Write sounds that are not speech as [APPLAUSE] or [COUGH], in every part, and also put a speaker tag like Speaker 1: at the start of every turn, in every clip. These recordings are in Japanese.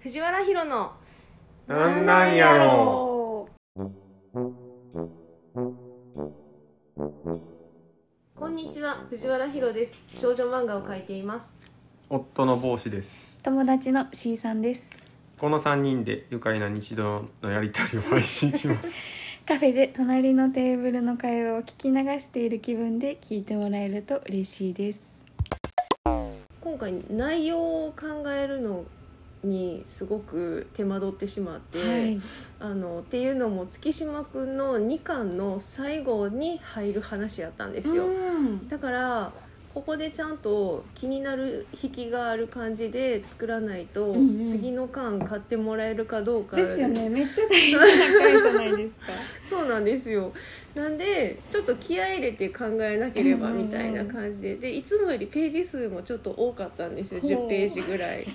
Speaker 1: 藤原ヒロの
Speaker 2: なんなんやろ
Speaker 1: こんにちは藤原ヒロです少女漫画を描いています
Speaker 2: 夫の帽子です
Speaker 3: 友達の C さんです
Speaker 2: この三人で愉快な日常のやりとりを配信します
Speaker 3: カフェで隣のテーブルの会話を聞き流している気分で聞いてもらえると嬉しいです
Speaker 1: 今回内容を考えるのにすごく手間取ってしまって、
Speaker 3: はい
Speaker 1: あのっていうのも月島くんの2巻の最後に入る話やったんですよ、
Speaker 3: うん
Speaker 1: だからここでちゃんと気になる引きがある感じで作らないと、
Speaker 3: うんうん
Speaker 1: 次の巻買ってもらえるかどうか
Speaker 3: ですよねめっちゃ大事な会じゃないですか
Speaker 1: そうなんですよなんでちょっと気合い入れて考えなければ
Speaker 3: うんうんうん
Speaker 1: みたいな感じででいつもよりページ数もちょっと多かったんですよ
Speaker 3: ほう
Speaker 1: 10ページぐらい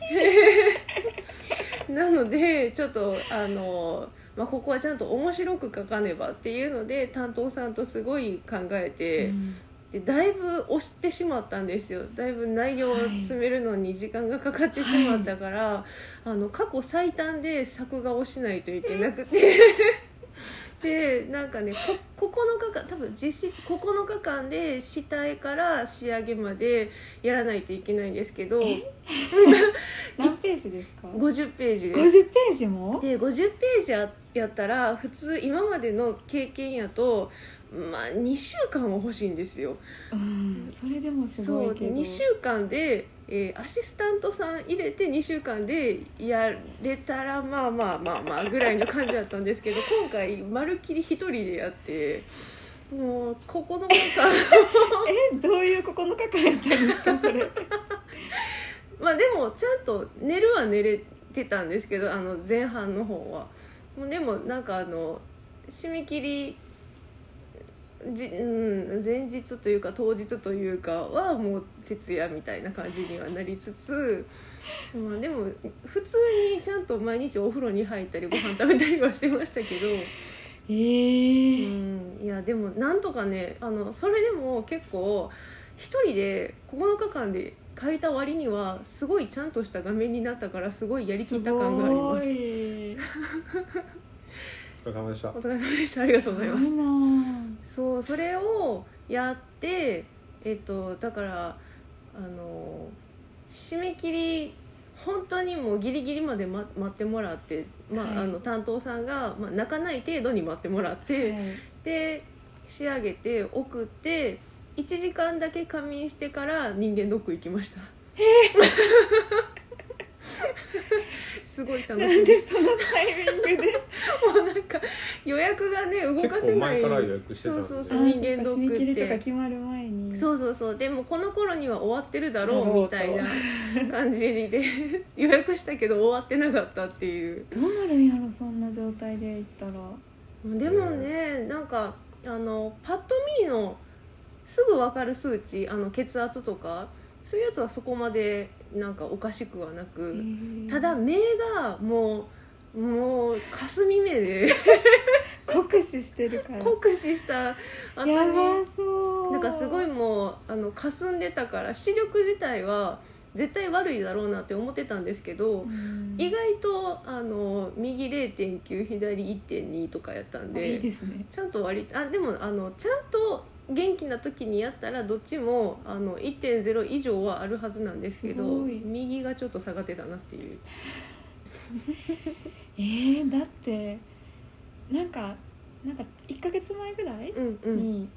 Speaker 1: [LAUGHS] なのでちょっとあの、まあ、ここはちゃんと面白く書かねばっていうので担当さんとすごい考 [LAUGHS] えて、
Speaker 3: うん
Speaker 1: でだいぶ押してしまったんですよだいぶ内容を詰めるのに時間がかかってしまったから、あの過去最短で作画をしないといけなくてでなんかねこ9日間多分実質9日間で死体から仕上げまでやらないといけないんですけど
Speaker 3: え何ページですか
Speaker 1: 50ページです。
Speaker 3: 50ページも
Speaker 1: で50ページややったら普通今までの経験やと、まあ、2週間は欲しいんですよ。
Speaker 3: うんそれでもす
Speaker 1: そ
Speaker 3: ご
Speaker 1: う
Speaker 3: いけど
Speaker 1: 2週間で、えーアシスタントさん入れて2週間でやれたらまあまあまあまあぐらいの感じだったんですけど今回まるっきり1人でやってもうここの間
Speaker 3: えどういう9日間やったんですかそ
Speaker 1: [LAUGHS]
Speaker 3: れ
Speaker 1: まあでもちゃんと寝るは寝れてたんですけどあの前半の方はもうでもなんかあの締め切りじ、うん、前日というか当日というかはもう徹夜みたいな感じにはなりつつ、まあ、でも普通にちゃんと毎日お風呂に入ったりご飯食べたりはしてましたけど。う
Speaker 3: え
Speaker 1: ん
Speaker 3: ー
Speaker 1: いやでもなんとかねあのそれでも結構一人で9日間で書いた割にはすごいちゃんとした画面になったからすごいやりきった感があります
Speaker 3: す
Speaker 2: [LAUGHS] お疲
Speaker 3: ごい
Speaker 2: れ様でした
Speaker 1: お疲れ様でしたありがとうございます
Speaker 3: すごいな
Speaker 1: そうそれをやってえっとだからあの締め切り本当にもうギリギリまでま待ってもらって、まあ
Speaker 3: はい
Speaker 1: あの担当さんが、まあ、泣かない程度に待ってもらって、
Speaker 3: はい
Speaker 1: で仕上げて送って1時間だけ仮眠してから人間ドック行きました [LAUGHS] すごい楽
Speaker 3: な
Speaker 1: し
Speaker 3: ん
Speaker 1: みで
Speaker 3: でそのタイミングで
Speaker 1: もうなんか予約がね動
Speaker 2: 結
Speaker 1: かせ
Speaker 2: 構
Speaker 1: ない
Speaker 2: 前から予約してたんで
Speaker 1: そうそうそう
Speaker 3: あー
Speaker 1: 人間ドックって
Speaker 3: そっか締め切りとか決まる前に
Speaker 1: そうそうそうでもこの頃には終わってるだろ
Speaker 3: だろ
Speaker 1: う
Speaker 3: うと
Speaker 1: みたいな感じで [LAUGHS] 予約したけど終わってなかったっていう
Speaker 3: どうなるんやろそんな状態で行ったら
Speaker 1: でもねなんかあのパッと見のすぐ分かる数値あの血圧とかそういうやつはそこまでなんかおかしくはなく、ただ目がもうもう霞目で [LAUGHS]
Speaker 3: 酷使してるから
Speaker 1: 酷使した後
Speaker 3: や
Speaker 1: に
Speaker 3: ばそう
Speaker 1: なんかすごいもうあの霞んでたから視力自体は絶対悪いだろうなって思ってたんですけど、
Speaker 3: うん
Speaker 1: 意外とあの右0.9左1.2とかやったん
Speaker 3: あいいですね
Speaker 1: ちゃんと割りあでもあのちゃんと元気な時にやったらどっちもあの1.0以上はあるはずなんですけど
Speaker 3: すごい
Speaker 1: 右がちょっと下がってたなっていう
Speaker 3: えー、だってなんかなんか1か月前ぐらい
Speaker 1: うんう
Speaker 3: に、
Speaker 1: ん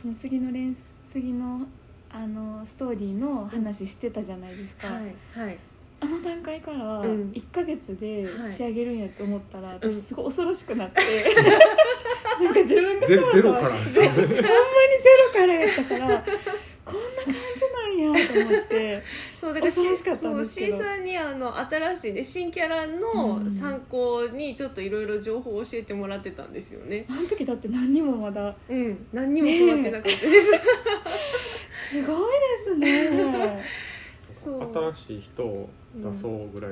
Speaker 3: その次の連次のあのストーリーの話してたじゃないですか、
Speaker 1: はいはい
Speaker 3: あの段階から
Speaker 1: うん
Speaker 3: 1か月で
Speaker 1: はい
Speaker 3: 仕上げるんやと思ったら、
Speaker 1: うん
Speaker 3: 私すごい恐ろしくなって
Speaker 1: [LAUGHS]
Speaker 3: なんか自分が
Speaker 2: ゼ
Speaker 3: そわそ
Speaker 2: ゼ
Speaker 3: わ
Speaker 2: ロからですよね
Speaker 3: ほんまにゼロからやったからこんな感じなんやと思って
Speaker 1: そうだから
Speaker 3: 恐ろしかった
Speaker 1: そ
Speaker 3: ん
Speaker 1: う
Speaker 3: ですけ
Speaker 1: C
Speaker 3: ど
Speaker 1: さんにあの新しいね新キャラ
Speaker 3: う
Speaker 1: の
Speaker 3: ん
Speaker 1: 参考にちょっといろいろ情報を教えてもらってたんですよね
Speaker 3: あの時だって何にもまだ
Speaker 1: うん何にも決まってなかったです、
Speaker 3: すごいですね
Speaker 1: そう
Speaker 2: 新しい人を出そうぐらい、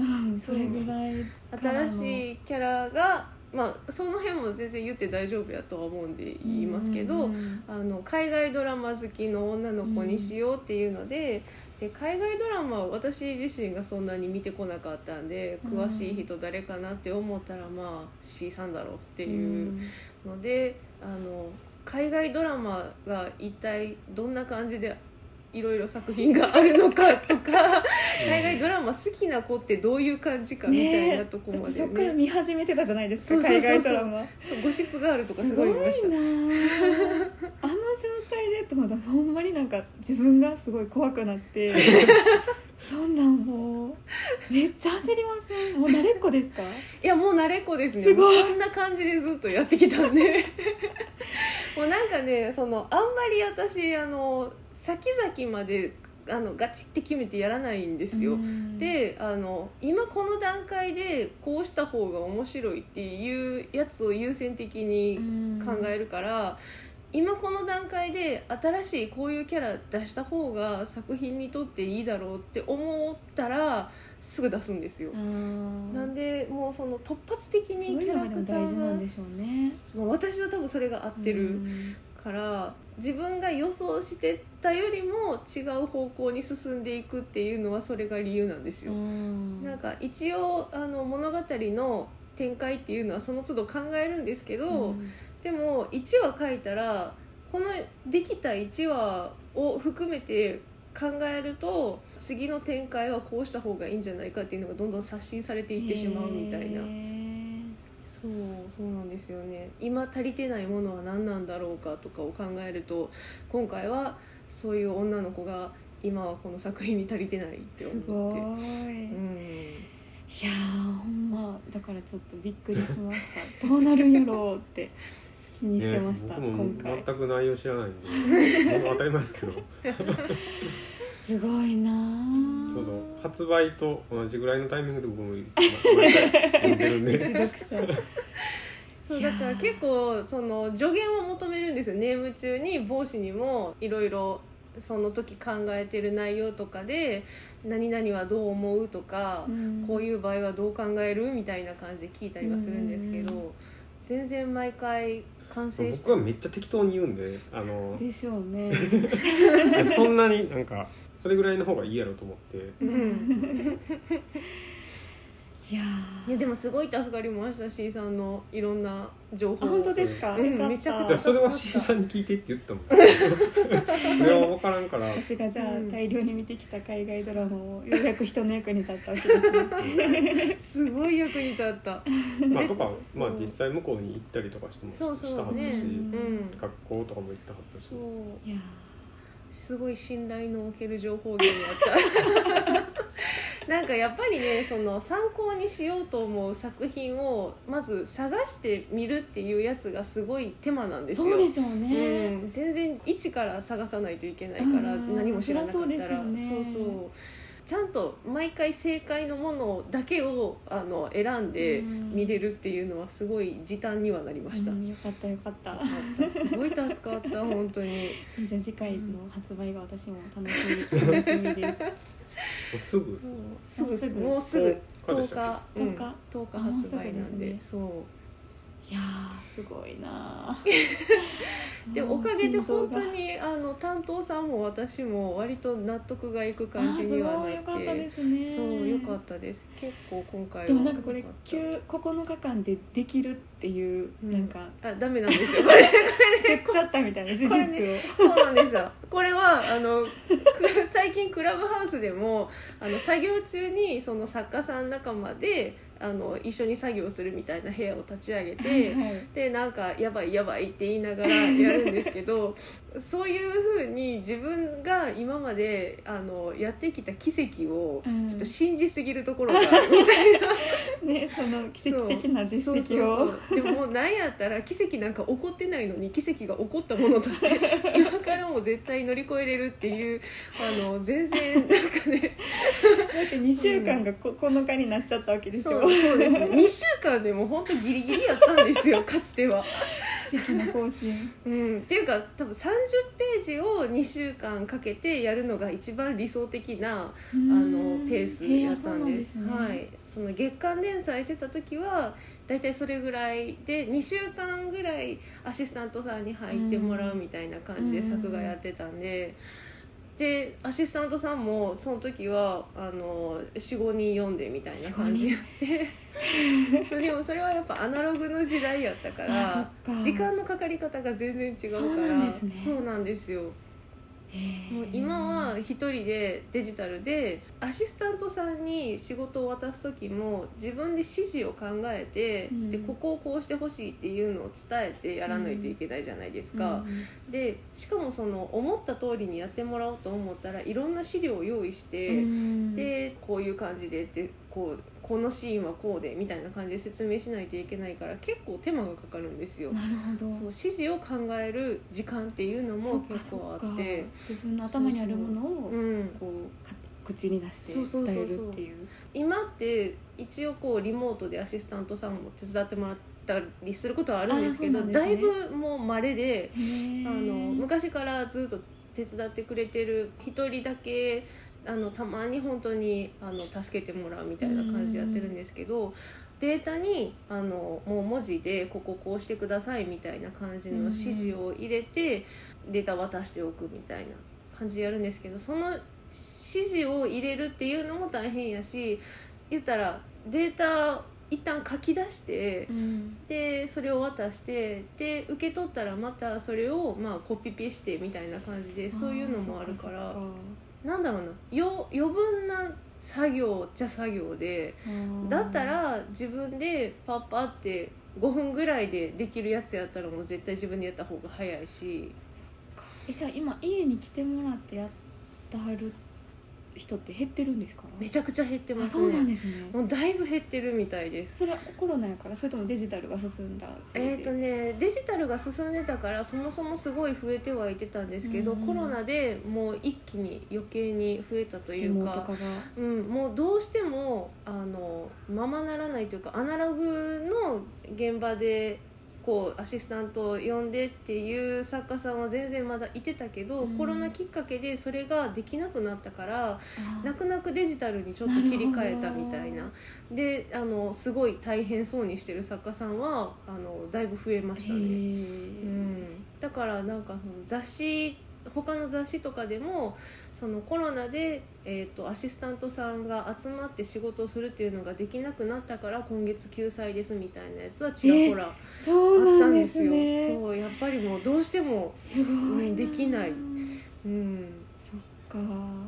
Speaker 3: うんそれぐらいからの
Speaker 1: 新しいキャラがまあその辺も全然言って大丈夫やとは思うんで言いますけど、
Speaker 3: うんうん
Speaker 1: あの海外ドラマ好きの女の子にしようっていうので,、で海外ドラマは私自身がそんなに見てこなかったんで
Speaker 3: うん
Speaker 1: 詳しい人誰かなって思ったらまあ C さんだろうって
Speaker 3: う
Speaker 1: いうんので、あの海外ドラマが一体どんな感じでいろいろ作品があるのかと
Speaker 3: [LAUGHS]
Speaker 1: か海外ドラマ好きな子ってどういう感じかみたいなとこま
Speaker 3: だ
Speaker 1: で、
Speaker 3: ってそっから
Speaker 1: ね
Speaker 3: 見始めてたじゃないですか
Speaker 1: そうそうそうそう
Speaker 3: 海外ドラマ
Speaker 1: そうゴシップガールとかすごい見まし
Speaker 3: す
Speaker 1: た
Speaker 3: ごい。なああの状態でって思ったらほんまになんか自分がすごい怖くなって
Speaker 1: [LAUGHS]
Speaker 3: そんなんもうめっちゃ焦りませんもう慣れっこですか
Speaker 1: いやもう慣れっこですね
Speaker 3: すごい
Speaker 1: もうそんな感じでずっとやってきたん
Speaker 3: [LAUGHS]
Speaker 1: でもうなんかねそのあんまり私あの先々まであのガチって決めてやらないんですよ、
Speaker 3: うん
Speaker 1: であの今この段階でこうした方が面白いっていうやつを優先的に考えるから、今この段階で新しいこういうキャラ出した方が作品にとっていいだろうって思ったらすぐ出すんですよ、
Speaker 3: うん
Speaker 1: なんでもうその突発的
Speaker 3: そう
Speaker 1: に
Speaker 3: い
Speaker 1: キャ
Speaker 3: う
Speaker 1: ラ
Speaker 3: のがでも
Speaker 1: クタ
Speaker 3: 大事なん
Speaker 1: ー
Speaker 3: でしょうね
Speaker 1: がもう私は多分それが合って
Speaker 3: う
Speaker 1: る
Speaker 3: ん
Speaker 1: から、自分が予想してたよりも違う方向に進んでいくっていうのはそれが理由なんですよ、
Speaker 3: うん
Speaker 1: なんか一応あの物語の展開っていうのはその都度考えるんですけど、
Speaker 3: うん
Speaker 1: でも1話書いたらこのできた1話を含めて考えると次の展開はこうした方がいいんじゃないかっていうのがどんどん刷新されていってしまうみたいな
Speaker 3: へー
Speaker 1: そうそうなんですよね今足りてないものは何なんだろうかとかを考えると今回はそういう女の子が今はこの作品に足りてないって
Speaker 3: す
Speaker 1: 思
Speaker 3: ご
Speaker 1: って
Speaker 3: い。
Speaker 1: う
Speaker 3: [LAUGHS]
Speaker 1: ん
Speaker 3: いやーほんまだからちょっとびっくりしました [LAUGHS] どうなるんやろうって気にしてました、
Speaker 2: ね
Speaker 3: 今
Speaker 2: 僕も
Speaker 3: 回
Speaker 2: 全く内容知らないんでもう当たり前ですけどち
Speaker 3: すごいな
Speaker 2: ょう
Speaker 3: ー
Speaker 2: ど発売と同じぐらいのタイミングで僕も今毎回読んでるん
Speaker 3: 一
Speaker 2: で
Speaker 3: 読
Speaker 1: [LAUGHS]
Speaker 3: 者
Speaker 1: そう
Speaker 3: いや
Speaker 1: だ
Speaker 3: ー
Speaker 1: から結構その助言を求めるんですよネーム中に帽子にもいろいろその時考えてる内容とかで「何々はどう思う?」とか、こう
Speaker 3: う
Speaker 1: いう場合はどう考える?」みたいな感じで聞いたりはするんですけど、
Speaker 3: うんうん
Speaker 1: 全然毎回完成して
Speaker 2: 僕はめっちゃ適当に言うんであ
Speaker 3: [LAUGHS]
Speaker 2: の
Speaker 3: でしょう
Speaker 1: [LAUGHS]
Speaker 3: ね
Speaker 2: そんなになんかそれぐらいの方がいいやろと思って
Speaker 1: うん
Speaker 3: いや
Speaker 1: いやでもすごい助かりました C さんのいろんな情
Speaker 3: ーあ
Speaker 1: 報
Speaker 3: 本当ですか、
Speaker 1: うん
Speaker 3: よかった
Speaker 1: めちゃ
Speaker 2: だか
Speaker 1: くち
Speaker 2: ら
Speaker 1: ゃ
Speaker 2: それは C さんに聞いてって言ったもん
Speaker 1: [LAUGHS]
Speaker 2: それは分からんから
Speaker 3: 私がじゃあ
Speaker 1: うん
Speaker 3: 大量に見てきた海外ドラマをようやく人の役に立ったわけ
Speaker 1: [LAUGHS]
Speaker 3: ですね
Speaker 1: すごい役に立った
Speaker 2: まあとか、まあ、
Speaker 1: そう
Speaker 2: 実際向こうに行ったりとかしても
Speaker 1: そうそう
Speaker 2: したはったし、
Speaker 1: ねうん
Speaker 2: 学校とかも行ったはったし
Speaker 1: そう
Speaker 3: いや
Speaker 1: すごい信頼のおける情報源だった [LAUGHS] なんかやっぱりねその参考にしようと思う作品をまず探してみるっていうやつがすごい手間なん
Speaker 3: ー
Speaker 1: ですよ
Speaker 3: そうでしょう
Speaker 1: う
Speaker 3: ね、
Speaker 1: ん、全然一から探さないといけないから
Speaker 3: うん
Speaker 1: 何も知らなかったら
Speaker 3: そりゃそうですよね
Speaker 1: そうそうちゃんと毎回正解のものだけをあの選んで
Speaker 3: うん
Speaker 1: 見れるっていうのはすごい時短にはなりました、
Speaker 3: うんよかったよ
Speaker 1: [LAUGHS]
Speaker 3: かった
Speaker 1: すごい助かった本当に
Speaker 3: じゃあ次回の発売が私も楽しみ
Speaker 1: [LAUGHS]
Speaker 3: 楽しみです
Speaker 2: もうすぐです
Speaker 1: も
Speaker 2: ね
Speaker 1: うすぐ
Speaker 3: も
Speaker 1: もうすぐ
Speaker 2: 10
Speaker 1: 10
Speaker 2: でしたっ
Speaker 1: 日
Speaker 3: け
Speaker 1: うん
Speaker 3: 10日
Speaker 1: 10日
Speaker 3: あもう
Speaker 1: 発
Speaker 3: すぐ
Speaker 1: 売なんで
Speaker 3: ですね
Speaker 1: そう
Speaker 3: いやーすごいな [LAUGHS]
Speaker 1: でおかげで本当にあの担当さんも私も割と納得がいく感じにはな
Speaker 3: あーすごい
Speaker 1: っ
Speaker 3: よかったで
Speaker 1: て
Speaker 3: すね
Speaker 1: そう良かったです結構今回は
Speaker 3: でもなんかこれ
Speaker 1: 良った
Speaker 3: 9 9日間でできるっていう、
Speaker 1: うん
Speaker 3: なんか
Speaker 1: あダメなんですよこれ [LAUGHS]
Speaker 3: 作っちゃったみたいな事実を、
Speaker 1: これそうなんですよこれはあのく最近クラブハウスでもあの作業中にその作家さん仲間であの一緒に作業するみたいな部屋を立ち上げて、
Speaker 3: はい
Speaker 1: でなんか「やばいやばい」って言いながらやるんですけ
Speaker 3: [LAUGHS]
Speaker 1: どそういうふうに自分が今まであのやってきた奇跡を
Speaker 3: うん
Speaker 1: ちょっと信じすぎるところがあるみたいな
Speaker 3: ねその奇跡的な [LAUGHS] 実績を
Speaker 1: そうそうそうでももう何やったら奇跡なんか起こってないのに奇跡が起こったものとして
Speaker 3: [LAUGHS]
Speaker 1: 今からも絶対乗り越えれるっていうあの全然なんかね
Speaker 3: だって2週間が9日になっちゃったわけでし
Speaker 1: そ
Speaker 3: ょ、
Speaker 1: うそうですね2週間でも本当ギリギリやったんですよかつては。
Speaker 3: 奇跡の更新
Speaker 1: うん、っていうか多分30ページを2週間かけてやるのが一番理想的なあのペースやったんです
Speaker 3: へーそうなんですね
Speaker 1: はい、その月間連載してた時は大体それぐらいで2週間ぐらいアシスタントさんに入ってもらうみたいな感じで
Speaker 3: うん
Speaker 1: 作画やってたんで。でアシスタントさんもその時はあの45人読んでみたいな感じやって [LAUGHS] でもそれはやっぱアナログの時代やったか
Speaker 3: あ
Speaker 1: ら
Speaker 3: そっか
Speaker 1: 時間のかかり方が全然違うから
Speaker 3: そうなんですね
Speaker 1: そうなんですよもう今は一人でデジタルでアシスタントさんに仕事を渡す時も自分で指示を考えて、
Speaker 3: うん
Speaker 1: でここをこうしてほしいっていうのを伝えてやらないといけないじゃないですか、でしかもその思った通りにやってもらおうと思ったらいろんな資料を用意して、
Speaker 3: で
Speaker 1: でこういう感じでってこうこのシーンはこうでみたいな感じで説明しないといけないから結構手間がかかるんですよ。
Speaker 3: なるほど
Speaker 1: そう指示を考える時間っていうの
Speaker 3: そ
Speaker 1: も
Speaker 3: っか
Speaker 1: 結
Speaker 3: そ
Speaker 1: 構
Speaker 3: っか
Speaker 1: あって。
Speaker 3: 自分の頭にあるものを
Speaker 1: うん、
Speaker 3: こうか口に
Speaker 1: そう
Speaker 3: 出して
Speaker 1: そうそう
Speaker 3: 伝
Speaker 1: そ
Speaker 3: え
Speaker 1: う
Speaker 3: るっていう
Speaker 1: 今って一応こうリモートでアシスタントさんも手伝ってもらったりすることはあるんですけど
Speaker 3: あそうなんです
Speaker 1: だい
Speaker 3: ね
Speaker 1: ぶもう稀で
Speaker 3: へー
Speaker 1: あの昔からずっと手伝ってくれてる一人だけあのたまに本当にあの助けてもらうみたいな感じでやってるんですけど。データにあのもう文字でこここうしてくださいみたいな感じの指示を入れてデータ渡しておくみたいな感じでやるんですけどその指示を入れるっていうのも大変やし言ったらデータ一旦書き出して
Speaker 3: うん
Speaker 1: でそれを渡してで受け取ったらまたそれをまあコピペしてみたいな感じでそういうのもあるから
Speaker 3: あーそっそっ
Speaker 1: なんだろうなよ余分な作業じゃ作業で
Speaker 3: あー
Speaker 1: だったら自分でパッパって5分ぐらいでできるやつやったらもう絶対自分でやった方が早いし
Speaker 3: えじゃあ今家に来てもらってやってはる人って減ってるんですか
Speaker 1: めちゃくちゃ減ってま
Speaker 3: あ
Speaker 1: す
Speaker 3: そうなん
Speaker 1: ね
Speaker 3: ですね
Speaker 1: もうだいぶ減ってるみたいです
Speaker 3: それはコロナやからそれともデジタルが進んだせいで
Speaker 1: えーとね、デジタルが進んでたからそもそもすごい増えてはいてたんですけど、
Speaker 3: うん
Speaker 1: コロナでもう一気に余計に増えたとい
Speaker 3: リ
Speaker 1: う
Speaker 3: モート
Speaker 1: か
Speaker 3: 化が
Speaker 1: うん、もうどうしてもあのままならないというかアナログの現場でこうアシスタントを呼んでっていう作家さんは全然まだいてたけど、
Speaker 3: うん
Speaker 1: コロナきっかけでそれができなくなったから
Speaker 3: あー
Speaker 1: 泣く泣くデジタルにちょっと切り替えたみたいな
Speaker 3: な
Speaker 1: であのすごい大変そうにしてる作家さんはあのだいぶ増えました
Speaker 3: へ
Speaker 1: ね。
Speaker 3: ー
Speaker 1: うん、だからなんかその雑誌他の雑誌とかでもそのコロナで、えー、とアシスタントさんが集まって仕事をするっていうのができなくなったから今月救済ですみたいなやつはちらほらあ
Speaker 3: そう
Speaker 1: っ
Speaker 3: な
Speaker 1: た
Speaker 3: ん
Speaker 1: ん
Speaker 3: で
Speaker 1: ですすよ。
Speaker 3: ね
Speaker 1: そうやっぱりもうどうしても、
Speaker 3: すごい
Speaker 1: うんできないうん、
Speaker 3: そっか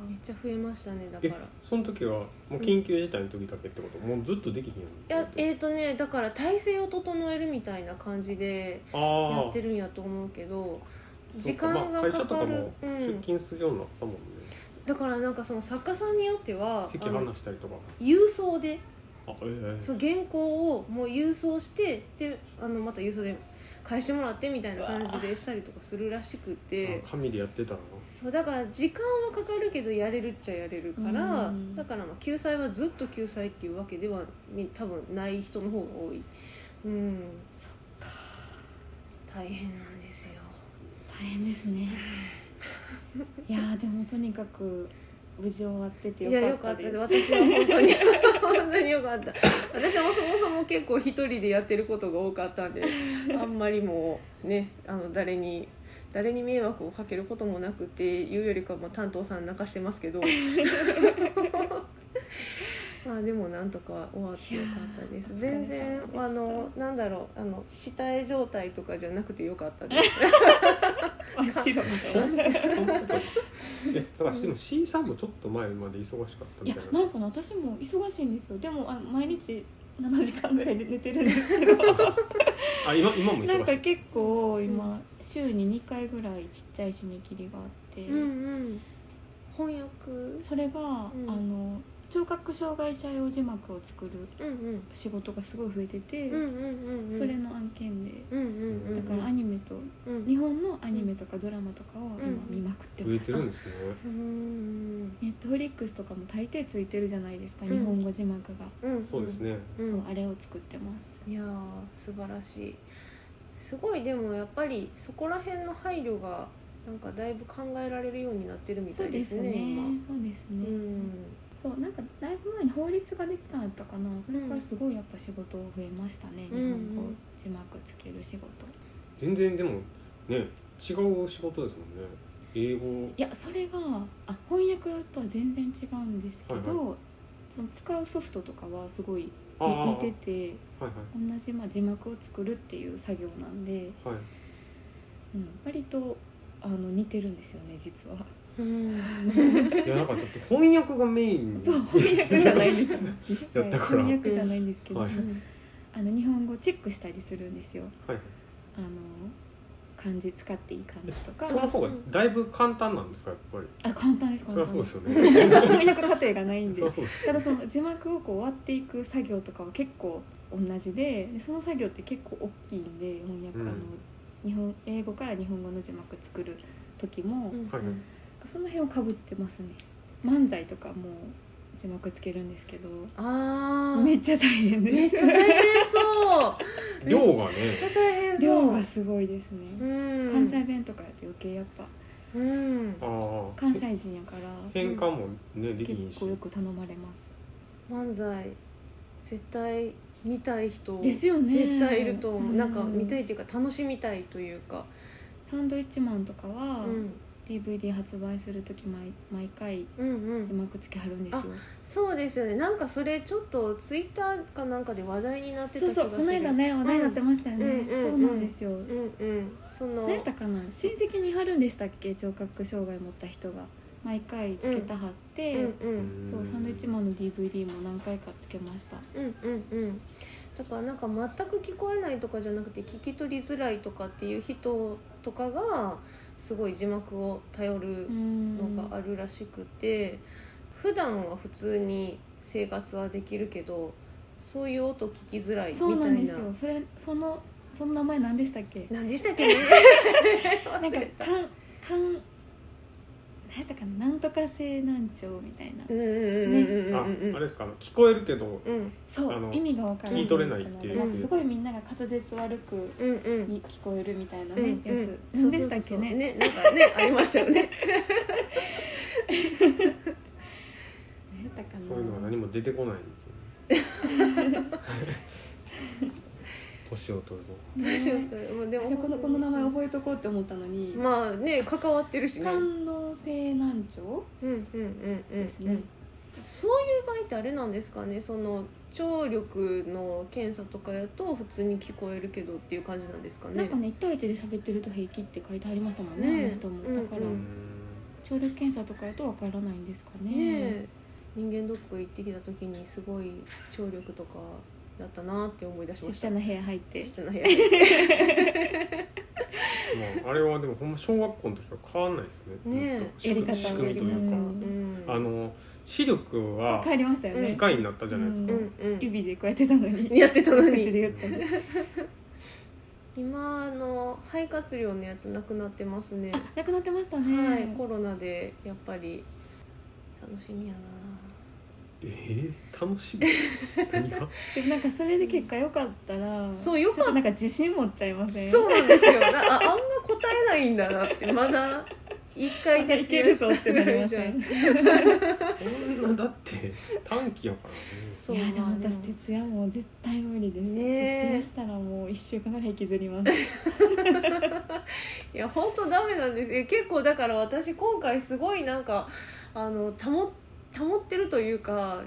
Speaker 1: めっちゃ増えましたねだ
Speaker 2: え
Speaker 1: から。
Speaker 2: その時はもう緊急事態の時だけってこと、もうずっとできひんの
Speaker 1: いやえーとね、だから体制を整えるみたいな感じでや
Speaker 2: あ
Speaker 1: って
Speaker 2: ー
Speaker 1: るんやと思うけど
Speaker 2: そ
Speaker 1: 時
Speaker 2: うか
Speaker 1: 間
Speaker 2: まあ
Speaker 1: が
Speaker 2: 会
Speaker 1: か
Speaker 2: 社とか
Speaker 1: かる
Speaker 2: も、
Speaker 1: うん
Speaker 2: 出勤するようになったもんね、
Speaker 1: だからなんかその作家さんによっては
Speaker 2: 席
Speaker 1: あの
Speaker 2: 離したりとか
Speaker 1: 郵送で
Speaker 2: あええ
Speaker 1: そう原稿をもう郵送してであのまた郵送で返してもらってみたいな感じでしたりとかするらしくて
Speaker 2: あ紙でやってたら
Speaker 1: そうだから時間はかかるけどやれるっちゃやれるから
Speaker 3: うん
Speaker 1: だからまあ救済はずっと救済っていうわけではに多分ない人の方が多いうん
Speaker 3: そ
Speaker 1: っか大変なんですよ
Speaker 3: 大変です [LAUGHS] ねいやーでもとにかく無事終わってて
Speaker 1: いや
Speaker 3: よ
Speaker 1: よ
Speaker 3: か
Speaker 1: か
Speaker 3: っ
Speaker 1: った
Speaker 3: た
Speaker 1: で
Speaker 3: です
Speaker 1: す私は本当に [LAUGHS] 本当によかった私もそもそも結構一人でやってることが多かったんであんまりもうねあの誰に誰に迷惑をかけることもなくていうよりかはまあ担当さん泣かしてます [LAUGHS] けどまあでもなんとか終わってよかったです
Speaker 3: いやー
Speaker 1: 全然
Speaker 3: お疲れ様でした
Speaker 1: あのなんだろうあの下絵状態とかじゃなくてよかったです
Speaker 3: 真っ白
Speaker 2: そん
Speaker 3: い
Speaker 2: なそんなことないえだからでも C さんもちょっと前まで忙しかったみ
Speaker 3: や
Speaker 2: たいな
Speaker 3: なんかね私も忙しいんですよでもあ毎日7時間ぐらいで寝てるんですけ
Speaker 2: [LAUGHS]
Speaker 3: ど
Speaker 2: あ今今も
Speaker 3: な
Speaker 2: 忙
Speaker 3: ん
Speaker 2: し
Speaker 3: か
Speaker 2: い
Speaker 3: 結構今週に2回ぐらいちっちゃい締め切りがあって、
Speaker 1: うんうん翻訳
Speaker 3: それが、
Speaker 1: ん
Speaker 3: あの聴覚障害者用字幕を作る
Speaker 1: うんうん
Speaker 3: 仕事がすごい増えてて、
Speaker 1: うんうんうんうん
Speaker 3: それの案件で、
Speaker 1: うんうんうんうん
Speaker 3: だからアニメと
Speaker 1: うん
Speaker 3: 日本のアニメとかドラマとかを今
Speaker 1: うん
Speaker 3: 見まくって
Speaker 2: 増え
Speaker 3: ます、
Speaker 2: てるんですね
Speaker 1: うん
Speaker 3: ネットフリックスとかも大抵ついてるじゃないですか、
Speaker 1: うん
Speaker 3: 日本語字幕が、
Speaker 1: うん
Speaker 2: そうですね
Speaker 1: うん
Speaker 3: そうあれを作ってます
Speaker 1: いやー素晴らしいすごいでもやっぱりそこら辺の配慮がなんかだいぶ考えられるようになってるみた
Speaker 3: そう
Speaker 1: いで
Speaker 3: ですす
Speaker 1: ね
Speaker 3: ね
Speaker 1: 今
Speaker 3: そうです
Speaker 1: う
Speaker 3: ね、
Speaker 1: ん
Speaker 3: そうなんかだいぶ前に法律ができたんだったかなそれからすごいやっぱ仕事増えましたね、
Speaker 1: うん
Speaker 3: 日本語字幕つける仕事
Speaker 4: 全然でもね違う仕事ですもんね英語
Speaker 3: いやそれがあ翻訳とは全然違うんですけど、
Speaker 4: はい
Speaker 3: その使うソフトとかはすごい
Speaker 4: ああ
Speaker 3: 似てて
Speaker 4: はい
Speaker 3: 同じまあ字幕を作るっていう作業なんで、
Speaker 4: はいはい
Speaker 3: うん、割とあの似てるんですよね実
Speaker 1: [LAUGHS]
Speaker 3: は
Speaker 1: うん
Speaker 4: いやなんかだって翻訳がメイン
Speaker 3: そう翻訳じ
Speaker 4: [LAUGHS]
Speaker 3: ゃないんですよ実際
Speaker 4: やったから
Speaker 3: 翻訳じゃないんですけど、
Speaker 4: はい
Speaker 3: あの日本語チェックしたりするんですよ
Speaker 4: はいはい
Speaker 3: あの漢字使っていい漢字とか
Speaker 4: その方がだいぶ簡単なんですかやっぱり
Speaker 3: あ簡単です
Speaker 4: そり
Speaker 3: 簡
Speaker 4: ゃそう
Speaker 3: 単
Speaker 4: ですよね
Speaker 3: 翻訳過程がないんで
Speaker 4: そりゃそうですよ
Speaker 3: ただ
Speaker 4: ね
Speaker 3: その字幕をこう割っていく作業とかは結構同じででその作業って結構大きいんで翻訳、
Speaker 4: うん
Speaker 3: あの日本英語から日本語の字幕作る時も、
Speaker 4: はいはい
Speaker 3: その辺をかぶってますね漫才とかも字幕つけるんですけど
Speaker 1: ああ
Speaker 3: めっちゃ大変です
Speaker 1: めっちゃ大変そう
Speaker 4: 量が
Speaker 1: めっち
Speaker 4: ね
Speaker 1: ゃ大変そう
Speaker 3: 量がすごいですね、
Speaker 1: うん
Speaker 3: 関西弁とかやと余計やっぱ
Speaker 1: うん
Speaker 4: ああ
Speaker 3: 関西人やから
Speaker 4: 変換もねできひん
Speaker 3: 結
Speaker 4: し
Speaker 3: 構よく頼まれます
Speaker 1: 漫才絶対見たい人
Speaker 3: ですよね
Speaker 1: 絶対いると思う、
Speaker 3: うん
Speaker 1: なんか見たいというか楽しみたいというか、
Speaker 3: サンドイッチマンとか
Speaker 1: う
Speaker 3: は、
Speaker 1: ん、
Speaker 3: DVD 発売する時毎毎回
Speaker 1: うんう
Speaker 3: 字
Speaker 1: ん
Speaker 3: 幕つけはるんですよ
Speaker 1: そうですよねなんかそれちょっとツイッターかなんかで話題になってた
Speaker 3: そう
Speaker 1: 気がす
Speaker 3: そ
Speaker 1: る
Speaker 3: うこの間ね話題になってましたよね、
Speaker 1: うんうんうん
Speaker 3: そうなんですよ、
Speaker 1: うんうんその
Speaker 3: 何やったかな親戚に貼るんでしたっけ聴覚障害持った人が毎回つけたはって、
Speaker 1: うんうん
Speaker 4: ん
Speaker 3: そうサンドイッチマンの DVD も何回かつけました
Speaker 1: うんうんうんだからなんか全く聞こえないとかじゃなくて聞き取りづらいとかっていう人とかがすごい字幕を頼る
Speaker 3: うん
Speaker 1: のがあるらしくて普段は普通に生活はできるけどそういう音聞きづらいみ
Speaker 3: そうな
Speaker 1: たい
Speaker 3: んで
Speaker 1: な
Speaker 3: すよそれそのその名前何でしたっけ
Speaker 1: 何でしたっけね
Speaker 3: [LAUGHS] なん
Speaker 1: 忘
Speaker 3: か
Speaker 1: れた
Speaker 3: かんかん何やったかななんとか性難聴みたいな、
Speaker 1: うんうんうんうん
Speaker 4: ああ
Speaker 1: うん
Speaker 4: れですかあの聞こえるけど
Speaker 1: うん
Speaker 3: そ
Speaker 4: あ
Speaker 3: う
Speaker 4: の
Speaker 3: 意味が分からない
Speaker 4: 聞い取れないっていう
Speaker 3: なんかすごいみんなが滑舌悪く
Speaker 1: うんうん
Speaker 3: に聞こえるみたいな
Speaker 1: うんうん、
Speaker 3: ねやつ
Speaker 1: そうそうそう
Speaker 3: 何でしたっけね
Speaker 1: ねなんかねありましたよね
Speaker 3: 何やったかな
Speaker 4: そういうのが何も出てこないんですよ
Speaker 3: [LAUGHS]
Speaker 4: ね年を取ると
Speaker 1: どうしよう
Speaker 3: ね
Speaker 1: ともうで
Speaker 3: 私はこのこの名前覚えとこうって思ったのに
Speaker 1: まあね関わってるしね
Speaker 3: 官能性難聴
Speaker 1: うんうんうんうん
Speaker 3: ですね
Speaker 1: そういう場合ってあれなんですかねその聴力の検査とかやと普通に聞こえるけどっていう感じなんですかね
Speaker 3: なんかね1対1で喋ってると平気って書いてありましたもんね
Speaker 1: ねえ
Speaker 3: あの人も
Speaker 1: うん
Speaker 3: だから
Speaker 1: う
Speaker 3: 聴力検査とかやとわからないんですかね
Speaker 1: ねえ人間ドック行ってきた時にすごい聴力とかだったなって思い出し
Speaker 3: ち
Speaker 1: ま
Speaker 3: っ
Speaker 1: し
Speaker 3: ち
Speaker 1: た
Speaker 3: ゃな部屋入って
Speaker 1: ちっちゃな部屋ね
Speaker 4: まああれはでもほんま小学校の時から変わんないですね
Speaker 1: ね
Speaker 4: ずっと
Speaker 3: やり方
Speaker 4: 仕組みという
Speaker 3: や
Speaker 4: か
Speaker 3: り
Speaker 1: ん
Speaker 4: あの視力は
Speaker 3: 帰りましたよね
Speaker 4: 機械になったじゃないです
Speaker 1: う
Speaker 4: か、
Speaker 1: んうん
Speaker 3: 指でこうやってたのに
Speaker 1: やってたの
Speaker 3: 口で
Speaker 1: に
Speaker 3: 言ったり
Speaker 1: [LAUGHS] 今あの肺活量のやつなくなってます [LAUGHS] ね
Speaker 3: あなくなってましたね、
Speaker 1: はいコロナでやっぱり楽しみやな
Speaker 4: えー、楽しみ何が
Speaker 3: でなんかそれで結果良かったら
Speaker 1: そう良かった
Speaker 3: ちょっとなんか自信持っちゃいません
Speaker 1: そうなんですよなああんな答えないんだなってまだ一回
Speaker 3: まだいけるぞってなりま
Speaker 1: し
Speaker 3: せ
Speaker 1: た
Speaker 3: ん
Speaker 4: そんなだって短期やから
Speaker 1: [LAUGHS]
Speaker 4: ね
Speaker 1: そ
Speaker 3: いうや
Speaker 1: な
Speaker 3: でも
Speaker 1: ん
Speaker 3: 私徹夜もう絶対無理です、
Speaker 1: ねえ
Speaker 3: 徹夜したらもう1週間ぐらい引きずります
Speaker 1: いや本当ダメなんですいや結構だから私今回すごいなんかあの保保ってるというか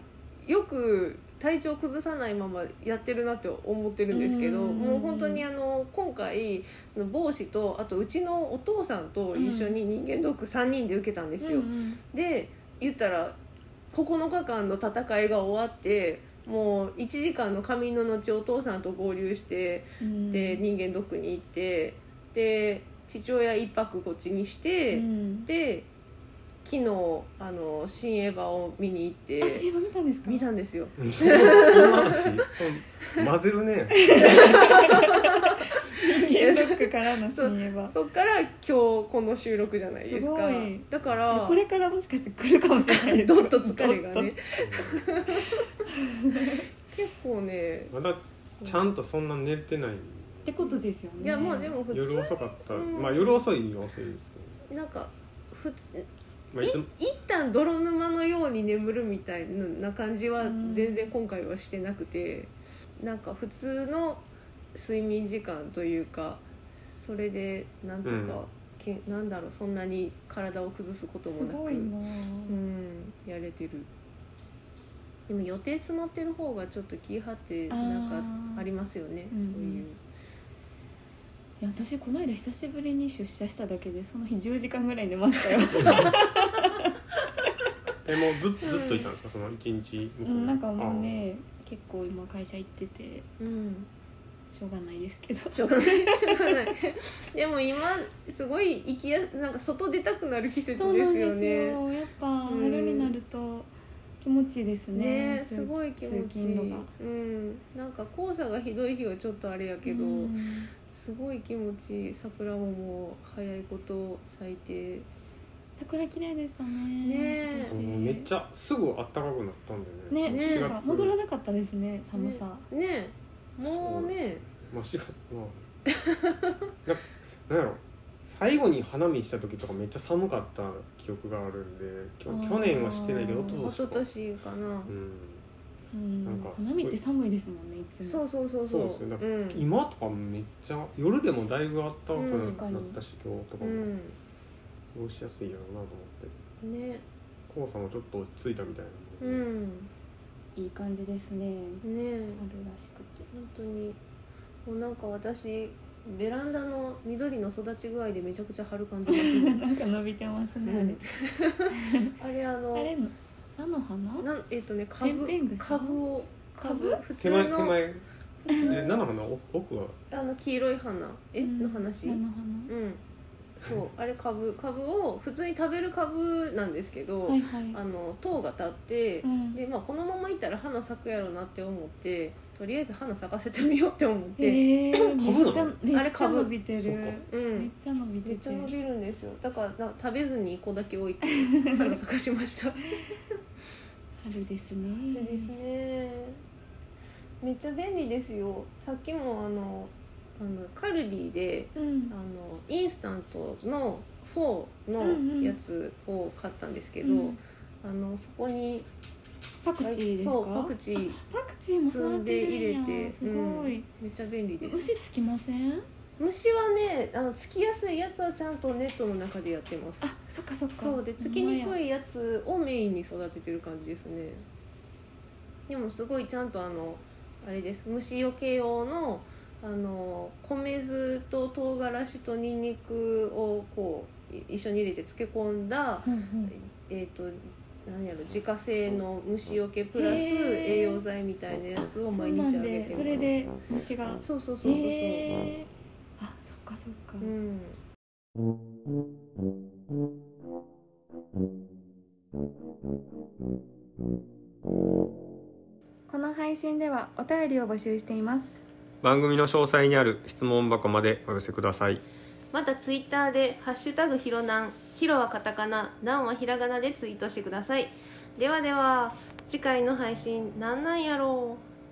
Speaker 1: よく体調崩さないままやってるなって思ってるんですけど
Speaker 3: うん
Speaker 1: もう本当にあの今回その帽子とあとうちのお父さんと一緒に人間ドック3人で受けたんですよ。で言ったら9日間の戦いが終わってもう1時間の仮眠の後お父さんと合流して
Speaker 3: うん
Speaker 1: で人間ドックに行ってで父親一泊こっちにして、
Speaker 3: うん
Speaker 1: で昨日あの新エヴァを見に行って
Speaker 3: あ CM 見たんですか
Speaker 1: 見たんですよ
Speaker 4: うんそんなそんな話そん混ぜるね
Speaker 3: 人間ドックからの CM は
Speaker 1: そっから今日この収録じゃないですか
Speaker 3: すごい
Speaker 1: だから
Speaker 3: これからもしかして来るかもしれないです
Speaker 1: [LAUGHS] どっと疲れがね
Speaker 4: うん
Speaker 1: 結構ね
Speaker 4: まだちゃんとそんな寝れてない
Speaker 3: ってことですよね
Speaker 1: いやまあでも普通
Speaker 4: 夜遅かった、
Speaker 1: うん
Speaker 4: まあ夜遅いは遅いです
Speaker 1: なんかふ
Speaker 4: まあ、いつも
Speaker 1: い一旦泥沼のように眠るみたいな感じは
Speaker 3: うん
Speaker 1: 全然今回はしてなくて、なんか普通の睡眠時間というかそれでなんとか、
Speaker 4: うん
Speaker 1: けなんだろうそんなに体を崩すことも
Speaker 3: す
Speaker 1: な
Speaker 3: ご
Speaker 1: く
Speaker 3: いな
Speaker 1: う
Speaker 3: あ、
Speaker 1: ん、やれてるでも予定詰まってる方がちょっと気張って
Speaker 3: あー
Speaker 1: なんかありますよね
Speaker 3: う
Speaker 1: そ
Speaker 3: ん
Speaker 1: うい
Speaker 3: う
Speaker 1: う。
Speaker 3: んいや私この間久しぶりに出社しただけでその日10時間ぐらい寝
Speaker 1: [LAUGHS]
Speaker 3: ましたよ、
Speaker 4: えもうずずっといたんですかその一日向こう
Speaker 3: う
Speaker 4: に
Speaker 3: ん、なんかもうね結構今会社行ってて
Speaker 1: うん
Speaker 3: しょうがないですけど
Speaker 1: しょう
Speaker 3: [LAUGHS]
Speaker 1: がないしょうがないでも今すごい行きやなんか外出たくなる季節です
Speaker 3: そうなんで
Speaker 1: よ
Speaker 3: す
Speaker 1: ね
Speaker 3: よやっぱ春になると気持ちいいですね
Speaker 1: ねすごい気持ちい
Speaker 3: 通勤
Speaker 1: い
Speaker 3: 路が
Speaker 1: うんなんか黄砂がひどい日はちょっとあれやけど、
Speaker 3: うん
Speaker 1: すごい気持ちいい桜ももう早いこと咲いて
Speaker 3: 桜綺麗でしたね
Speaker 1: ねえ
Speaker 3: 今
Speaker 4: もう
Speaker 3: 年
Speaker 4: めっちゃすぐ暖かくなったんだ
Speaker 3: ね
Speaker 4: よね
Speaker 1: ね
Speaker 4: 4
Speaker 3: なんか
Speaker 4: 月
Speaker 3: 戻らなかったですね寒さ、
Speaker 1: ねもうね
Speaker 4: まあ4月まあななんやろ最後に花見した時とかめっちゃ寒かった記憶があるんで去
Speaker 3: あー
Speaker 4: 去年はしてないけど
Speaker 1: 一
Speaker 4: 一
Speaker 1: 昨
Speaker 4: 昨年か
Speaker 1: 年かな
Speaker 4: う、ん
Speaker 3: うん
Speaker 4: なんかすごい
Speaker 3: 花見って寒いですもんねいつ
Speaker 1: そ
Speaker 3: も
Speaker 1: うそうそうそう
Speaker 4: そうですよだから
Speaker 1: ん
Speaker 4: 今とかめっちゃ夜でもだいぶ暖かく
Speaker 1: うん確
Speaker 3: か
Speaker 4: な
Speaker 3: に
Speaker 4: ったし、今日とか
Speaker 1: う
Speaker 4: も
Speaker 1: ん
Speaker 4: 過ごしやすいやろうなと思って
Speaker 1: ね
Speaker 4: 黄砂もちょっと落ち着いたみたいな
Speaker 1: うん
Speaker 4: で、
Speaker 1: ん
Speaker 3: いい感じですね
Speaker 1: ね
Speaker 3: 春らしくて
Speaker 1: 本当にもうなんか私ベランダの緑の育ち具合でめちゃくちゃ春感じますもん
Speaker 3: なんか伸びてますね。
Speaker 1: あれあの
Speaker 3: あれ、菜の花。
Speaker 1: なんえっ、とね株
Speaker 3: ペンペングサ
Speaker 1: 株を株
Speaker 3: 株
Speaker 1: 普通
Speaker 4: 手前手
Speaker 1: の
Speaker 4: 前え菜の花お奥は
Speaker 1: あの黄色い花え、
Speaker 3: うん
Speaker 1: の話
Speaker 3: 菜
Speaker 1: う
Speaker 3: の
Speaker 1: ん
Speaker 3: 花。
Speaker 1: そうあれ株株を普通に食べる株なんですけど、
Speaker 3: はいはい。
Speaker 1: あの塔が立って
Speaker 3: う、ん
Speaker 1: でまあこのままいったら花咲くやろうなって思ってとりあえず花咲かせてみようって思っ
Speaker 3: え
Speaker 1: て、
Speaker 3: ー
Speaker 4: 株なの
Speaker 3: めっちゃ、
Speaker 1: あ
Speaker 3: め
Speaker 1: れ
Speaker 3: っちゃ
Speaker 1: 株
Speaker 3: 伸びてる。
Speaker 4: そっか
Speaker 1: う
Speaker 3: めっ
Speaker 1: ん
Speaker 3: ちゃ伸び
Speaker 1: め
Speaker 3: て
Speaker 1: っちゃ
Speaker 3: て。
Speaker 1: 伸びるんですよだからな食べずに1個だけ置い
Speaker 3: [LAUGHS]
Speaker 1: て花咲かしました
Speaker 3: 春ですね。
Speaker 1: ねめっちゃ便利ですよさっきもあのあのカルディで
Speaker 3: う
Speaker 1: あ
Speaker 3: ん。
Speaker 1: のインスタントのフォーのやつを買ったんですけど、
Speaker 3: うん
Speaker 1: あのそこに
Speaker 3: パクチーですか。
Speaker 1: そうパクチー
Speaker 3: パクチーも育てるん
Speaker 1: 摘
Speaker 3: や
Speaker 1: んで入れて
Speaker 3: すごい。
Speaker 1: めっちゃ便利です
Speaker 3: 虫つきません。
Speaker 1: 虫はねあのつきやすいやつはちゃんとネットの中でやってます
Speaker 3: あ、そっかそっか。
Speaker 1: そうでつきにく
Speaker 3: い。
Speaker 1: いやつをメインに育ててる感じですねでもすごいちゃんとあのあれです虫除け用のあの米酢と唐辛子とニンニクをこうい一緒に入れて漬け込んだ
Speaker 3: うんうん。
Speaker 1: えっ、と何やろ自家製の虫除けプラス
Speaker 3: へー
Speaker 1: 栄養剤みたいなやつを
Speaker 3: そう
Speaker 1: 毎
Speaker 3: な
Speaker 1: 日あ
Speaker 3: ん
Speaker 1: げてま
Speaker 3: で、
Speaker 1: す
Speaker 3: それで虫が。
Speaker 1: そうそうそうそうそう、
Speaker 3: ええ。あ、そっかそっか。
Speaker 1: うん
Speaker 3: この配信ではお便りを募集しています。
Speaker 2: 番組の詳細にある質問箱までお寄せください
Speaker 1: またツイッターで「ハッシュタグひろなん」「ひろはカタカナ」「なん」はひらがなでツイートしてくださいではでは次回の配信なんなんやろう